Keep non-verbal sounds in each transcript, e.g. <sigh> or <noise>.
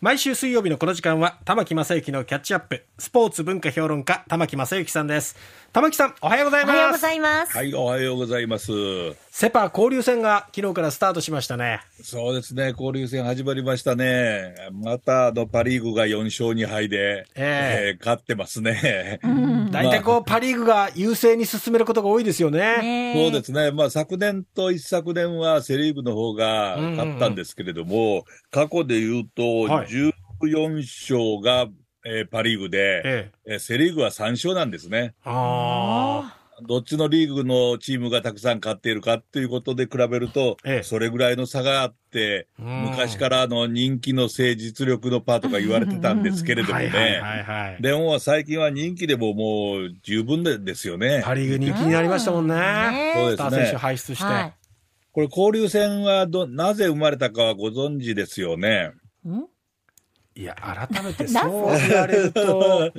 毎週水曜日のこの時間は玉木正之のキャッチアップスポーツ文化評論家玉木正之さんです玉木さんおはようございおはようまごすざいます。はい、おはようございます。セパ交流戦が昨日からスタートしましたねそうですね、交流戦始まりましたね。またあのパ・リーグが4勝2敗で、ええー勝ってますね。大体こうパ・リーグが優勢に進めることが多いですよねねそうですね、まあ、昨年と一昨年はセ・リーグの方がうんうんうん勝ったんですけれども、過去で言うと、はい14勝が、えーパ・リーグで、えええーセ・リーグは3勝なんですね。ああどっちのリーグのチームがたくさん勝っているかっていうことで比べると、ええそれぐらいの差があって、うん昔からあの人気の誠実力のパーとか言われてたんですけれどもはいはいはね。いはいでも最近は人気でももう十分ですよね。パ・リーグ人気になりましたもんねねそうスでターす選手ね。輩出して、はいこれ交流戦はど、なぜ生まれたかはご存知ですよね。い、や改めてそう言われると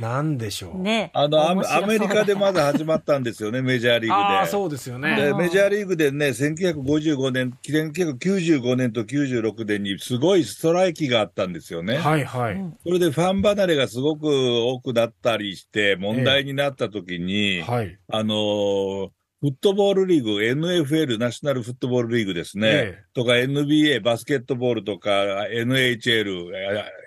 なんでしょう、ねあの、アメ面白そうアメリカでまだ始まったんですよね、メジャーリーグで。ああそうですよねでメジャーリーグでね、1955年、1995年と96年にすごいストライキがあったんですよね。はいはい、それでファン離れがすごく多くなったりして、問題になった時に、はいあのーフットボールリーグ、NFL、ナショナルフットボールリーグですね、ええとか NBA、バスケットボールとか NHL、えー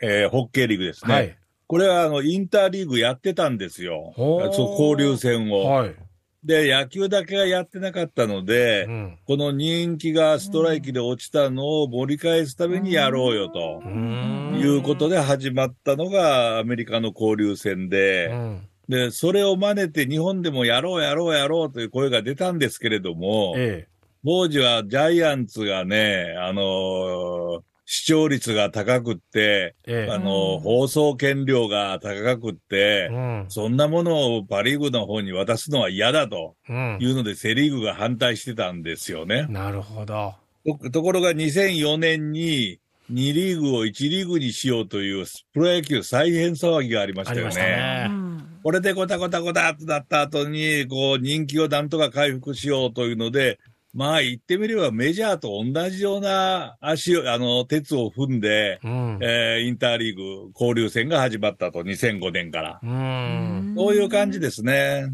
えーホッケーリーグですね。はいこれはあのインターリーグやってたんですよ。ほーそう交流戦を、はい、で、野球だけがやってなかったので、うんこの人気がストライキで落ちたのを盛り返すためにやろうよとう。ーんいうことで始まったのがアメリカの交流戦うで、んで、それを真似て日本でもやろうやろうやろうという声が出たんですけれども、ええ当時はジャイアンツがね、あのー視聴率が高くって、ええあのー放送権料が高くって、うんそんなものをパリーグの方に渡すのは嫌だとうんいうので、セリーグが反対してたんですよね。なるほどとところが2004年に2リーグを1リーグにしようというプロ野球再編騒ぎがありましたありよましたね。ね、これでゴタゴタゴタっとなった後に、こう人気をなんとか回復しようというので、まあ言ってみればメジャーと同じような足を、あの、鉄を踏んで、うんえーインターリーグ交流戦が始まったと、2005年から。うんそういう感じですね。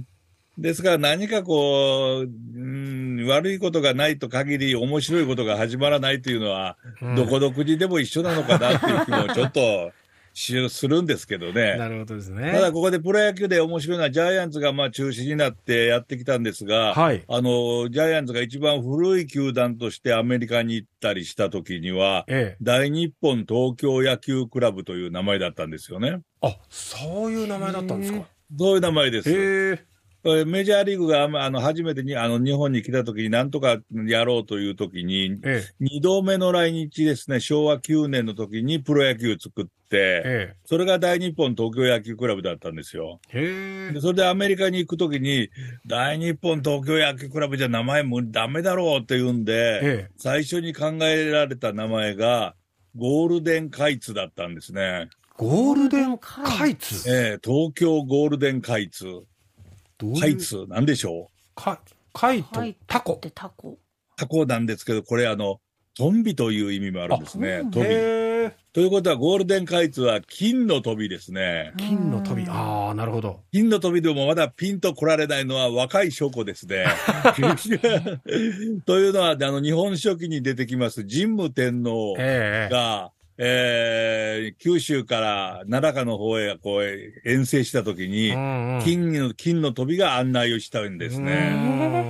ですから何かこう、うん、悪いことがないと限り面白いことが始まらないというのは、うんどこの国でも一緒なのかなっていう気もちょっとしするんですけど <laughs> なね。るほどですただねここでプロ野球で面白いのはジャイアンツがまあ中止になってやってきたんですが、はいあの、ジャイアンツが一番古い球団としてアメリカに行ったりした時には、ええ大日本東京野球クラブという名前だったんですよね。あそういう名前だったんですかそういう名前です。へえこれメジャーリーグがあのあの初めてにあの日本に来た時になんとかやろうという時に、ええ二度目の来日ですね、昭和9年の時にプロ野球作って、えそれが大日本東京野球クラブだったんですよ。えへでそれでアメリカに行く時に、大日本東京野球クラブじゃ名前もダメだろうって言うんで、ええ最初に考えられた名前が、ゴールデンカイツだったんですね。ゴールデンカイツええ東京ゴールデンカイツ。どういうカイツ、なんでしょうかカイとはいタコでタコ。タコなんですけど、これあの、トンビという意味もあるんですね。トビ。へえということは、ゴールデンカイツは金のトビで <laughs> すね。金の飛びああなるほど金のトビでもまだピンと来られないのは若い証拠ですね。というのは、あの、日本書紀に出てきます神武天皇ええが、えー九州から奈良かの方へこう遠征した時に、うんうん金の、金のトビが案内をしたんですね。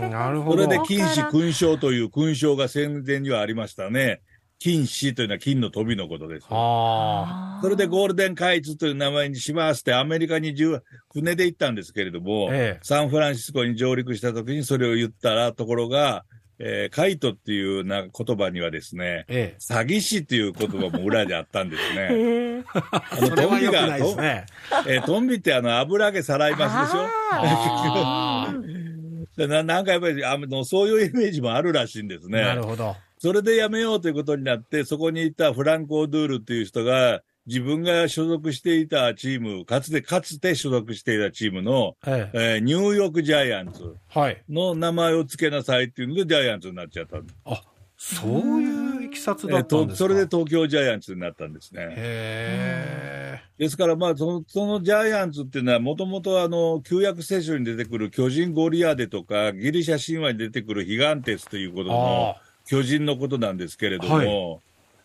うーんなるほそど。れで金子勲章という勲章が戦前にはありましたね。金子というのは金の飛びのことです。ああーそれでゴールデンカイツという名前にしますってアメリカに10船で行ったんですけれども、ええサンフランシスコに上陸した時にそれを言ったら、ところが、えーカイトっていうな言葉にはですね、え詐欺師っていう言葉も裏であったんで <laughs> すね。へーあえ。のそれトはンビ良くが、ないですね。えートンビってあの油揚げさらいますでしょあ <laughs> でななんかやっぱりあの、そういうイメージもあるらしいんですーね。なるほど。それでやめようということになって、そこにいたフランコ・オドゥールという人が、自分が所属していたチーム、かつて、かつて所属していたチームの、ええ。えーニューヨーク・ジャイアンツはい。の名前を付けなさいっていうので、ジャイアンツになっちゃったんです。あ、そういういきさつえだーったんとですか、それで東京ジャイアンツになったんですね。へですから、まあその、そのジャイアンツっていうのは、もともとあの旧約聖書に出てくる巨人ゴリアデとか、ギリシャ神話に出てくるヒガンテスというこえ。とのああ。巨人のことなんですけれども、はい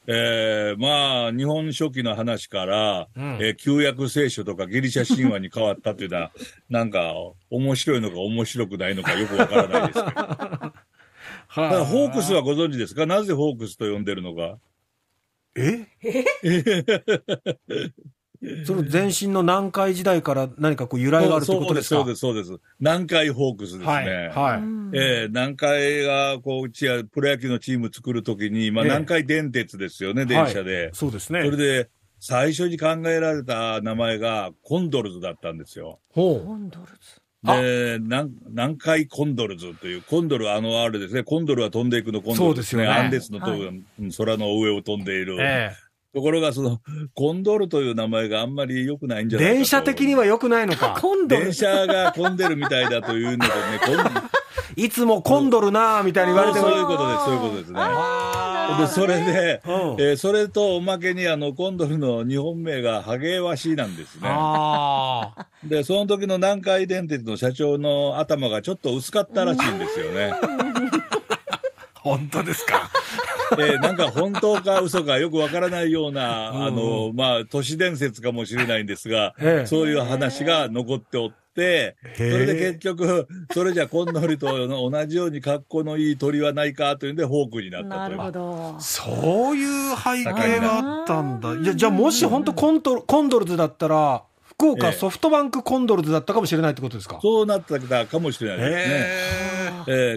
えーまあ、日本書紀の話から、うんえー旧約聖書とかギリシャ神話に変わったというの <laughs> は、なんか、面白いのか面白くないのかよくわから <laughs> ないですけど。たはだ、ホークスはご存知ですかなぜホークスと呼んでるのか。 <laughs> えその前身の南海時代から何かこう由来があるってことですかそうです、そうです。そうです南海ホークスですね。はい。はい。えー、南海がこううちやプロ野球のチーム作るときに、まあ、ええ南海電鉄ですよね、電車で、そうですね。 <laughs> それで最初に考えられた名前がコンドルズだったんですよ。ほコンドルズ。あで南南海コンドルズという、コンドル、あの、あれですね、コンドルは飛んでいくのコンドルそうですよねアンデスのはと、うん空の上を飛んでいるう。。えところが、その、コンドルという名前があんまり良くないんえ。じゃないかと電車的には良くないのか。コンドル電ズ。車が混んでるみたいだと <laughs> いうのとね、コンいつも混んどるなぁみたいに言われてもそう。いうことです、そういうことですね。あで、それで、ーうんえーそれとおまけにあのコンドルの日本名がハゲワシなんですね。ああ。で、その時の南海電鉄の社長の頭がちょっと薄かったらしいんですよね。本当ですか。えーなんか本当か嘘かよくわからないような、うんあの、まあ、都市伝説かもしれないんですが、ええそういう話が残っておって、それで結局、それじゃコンドルと同じように格好のいい鳥はないかというんで、ホークになったなといるう。ほど。そういう背景があったんだ。いや、じゃあもし本当コントロコンドルズだったら、福え岡えソフトバンクコンドルズだったかもしれないってことですか。そうなってたかもしれないですね。ええー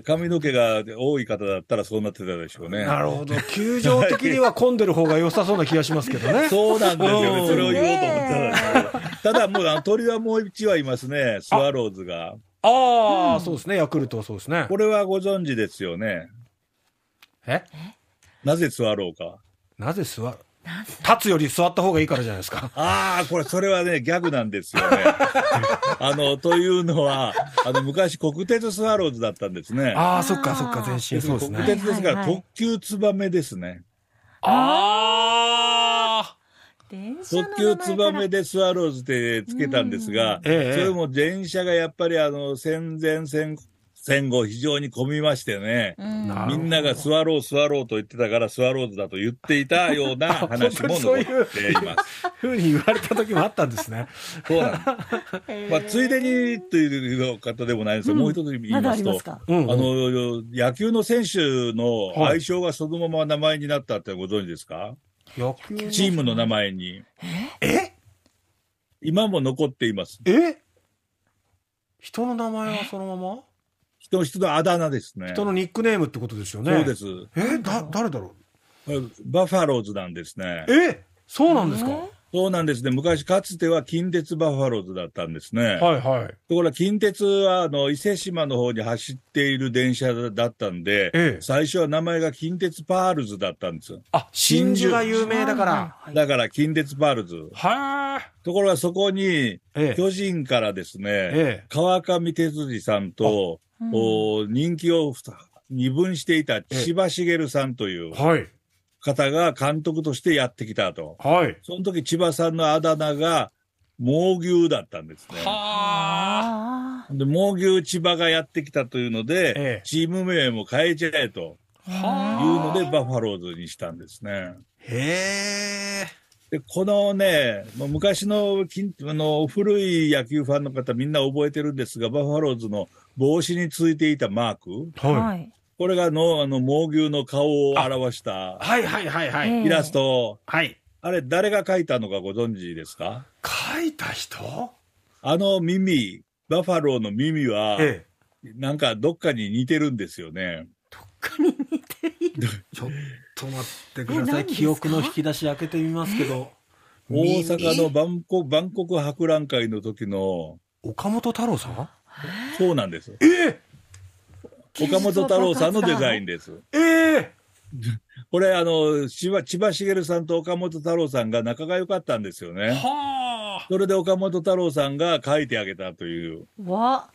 髪の毛が多い方だったらそうなってたでしょうえね。なるほど。球場的には混んでる方が良さそうな気がしますけどね。そうなんですようんね。それを言おうと思ったらですね。ただもうあの鳥はもう一羽いますね。スワローズが。ああ、そうですね。ヤクルトはそうですねこ。れはご存知ですよね。えなぜスワローか。なぜ座るなぜ立つより座った方がいいからじゃないですか。ああ、これ、それはね、ギャグなんですよね。 <laughs> あの、というのは、あの、昔、国鉄スワローズだったんですね。あああ、ーそっかそっか、全身。そうです国ね。鉄ですから、はいはいはい特急ツバメですね。ああ電車の特名急前ツからバメでスワローズってつけたんですが、うんええそれも電車がやっぱりあの戦前戦後戦後非常に混みましてね、うんなるほどみんながスワロースワローと言ってたからスワローズだと言っていたよ <laughs> うな話も残っています。ふうに言われた時もあったんですね。そうなんです。まあ、ついでにという方でもないんですが、うんもう一つ言いまだまあすりと、ますか。うあん。の、野球の選手のはい愛称がそのまま名前になったってご存知ですか、野球のチームの名前に。え今も残っています。え人の名前はそのまま人、人のあだ名ですね。人のニックネームってことですよね。。そうですす。えだ、誰だろバファローズなんですねう。えそうなんですかえそうなんですね。昔、かつては近鉄バファローズだったんですね。はいはい。ところが近鉄は、あの、伊勢島の方に走っている電車だったんで、ええ最初は名前が近鉄パールズだったんですよ。あ、真珠が有名だから。。はいはいはいだから近鉄パールズ。はところがそこに、ええ。巨人からですね、ええ。川上哲司さんと、うんお人気を二分していた千葉茂さんというはい。方が監督としてやってきたと。はい。その時千葉さんのあだ名が、猛牛だったんですね。はあ。あで、猛牛千葉がやってきたというので、ええチーム名も変えちゃえというはので、バファローズにしたんですね。へえ。で、このね、もう昔の近あの古い野球ファンの方みんな覚えてるんですが、バファローズの帽子についていたマーク、あ。ははい。これがの、あの、猛牛の顔を表したい。はいはいはいはえい。えイラスト、はい。あれ誰が描いたのかご存知ですか書いた人あの耳、バファローの耳は、ええ。なんかどっかに似てるんですよね。ちょっと待ってくえださ何い。ですか記憶の引き出し開けてみますけど。大阪の万国万国博覧会の時の、岡本太郎さんそうなんです。え岡本太郎さんのデザインです。ええこれ、あの、千葉千葉茂さんと岡本太郎さんが仲が良かったんですよえね。はあそれで岡本太郎さんが書いてあげたという。わ。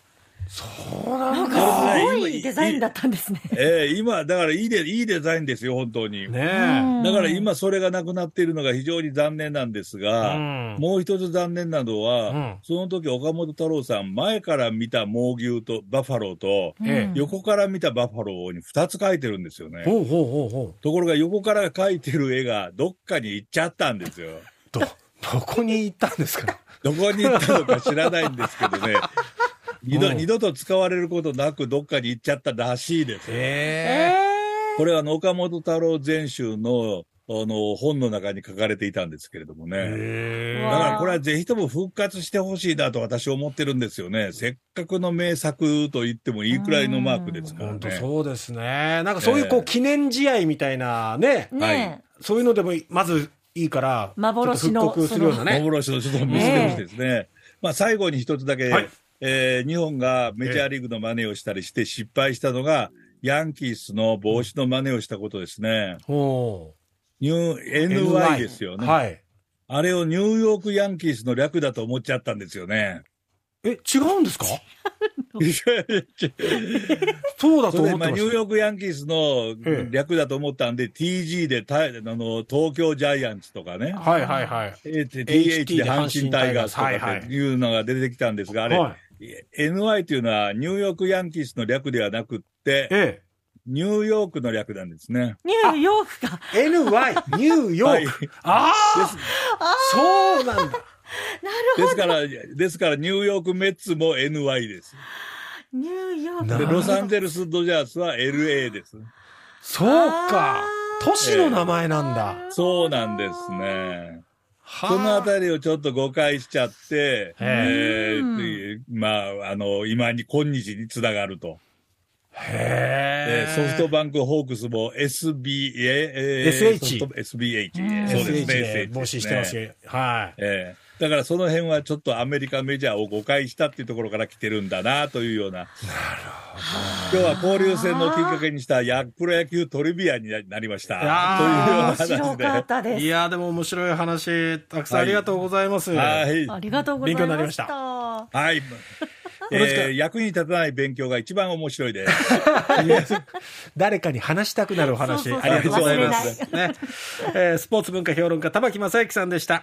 そうなんなんだ。かすごいデザインだったんですね。ええ今、だからいいで、いいデザインですよ、本当に。ねだから今それがなくなっているのが非常に残念なんですえ。が、ん。もう一つ残念なのは、うんその時岡本太郎さん、前から見た猛牛とバファローと、うんええ横から見たバファローに2つ描いてるんですよね。ほうほうほうほところが横から描いてる絵がどっかに行っちゃったんですよ。う。ど、どこに行ったんです <laughs> かどこに行ったのか知らないんですけど <laughs> ね。二う度、ん二度と使われることなくどっかに行っちゃったらしいですよ。ええ。えこれはあの岡本太郎全集のあの本の中に書かれていたんですけれどもね。へうえだわからこれはぜひとも復活してほしいなと私思ってるんですよね。せっかくの名作と言ってもいいくらいのマークですから本当ね。そうですね。なんかそういうこえうえ記念試合みたいなねー、、ねそういうのでもまずいいから、幻のちょっと復刻するようなね。幻のちょっと見せてほしいですね。まあ最後に一つだけ、はいえー日本がメジャーリーグの真似をしたりして失敗したのが、ヤンキースの帽子の真似をしたことですね。ほニュー NY ですようね、はい。あれをニューヨークヤンキースの略だと思っちゃったんです <laughs> よね。え、違うんですかいやいやそうだとそれ思ってでまあ、まニしューヨークヤンキースええの略だと思ったんで、TG でたあの東京ジャイアンツとかね、た。はいはいはい。えー TH で阪神タイガースとはいはかいっていうのが出てきたんですが、あれ、はい NY というのはニューヨークヤンキースの略ではなくって、えニューヨークの略なんですね。ニューヨークか。え。NY、ニューヨーク。ああそうなんだ。ですから、ですからニューヨークメッツも NY です。ニューヨーク。なで、るほどロサンゼルスドジャースは LA です。そうかあ。ー都市の名前なんだ。そうなんですね。はそのあたりをちょっと誤解しちゃって、えうんーってまあ、あの、今に、今日につながると。へええ。ーソフトバンクホークスも SB、えー SH ソフト SBH。うんそうです SH ね。で SH 募集してますね。よ。はい。えーだからその辺はちょっとアメリカメジャーを誤解したっていうところから来てるんだなというような。今日は交流戦のきっかけにしたやプロ野球トリビアになりました。というようあな面話で。白かったでいす。やーでも面白い話たくさんありがとうございます。はい。ありがとうござい勉ました。強になりましたはい。えろしくー役に立たない勉強が一番面白 <laughs> いです。誰かに話したくなるお話そうそうそうありがとうございま忘す。ね、えースポーツ文化評論家玉木正之さんでした。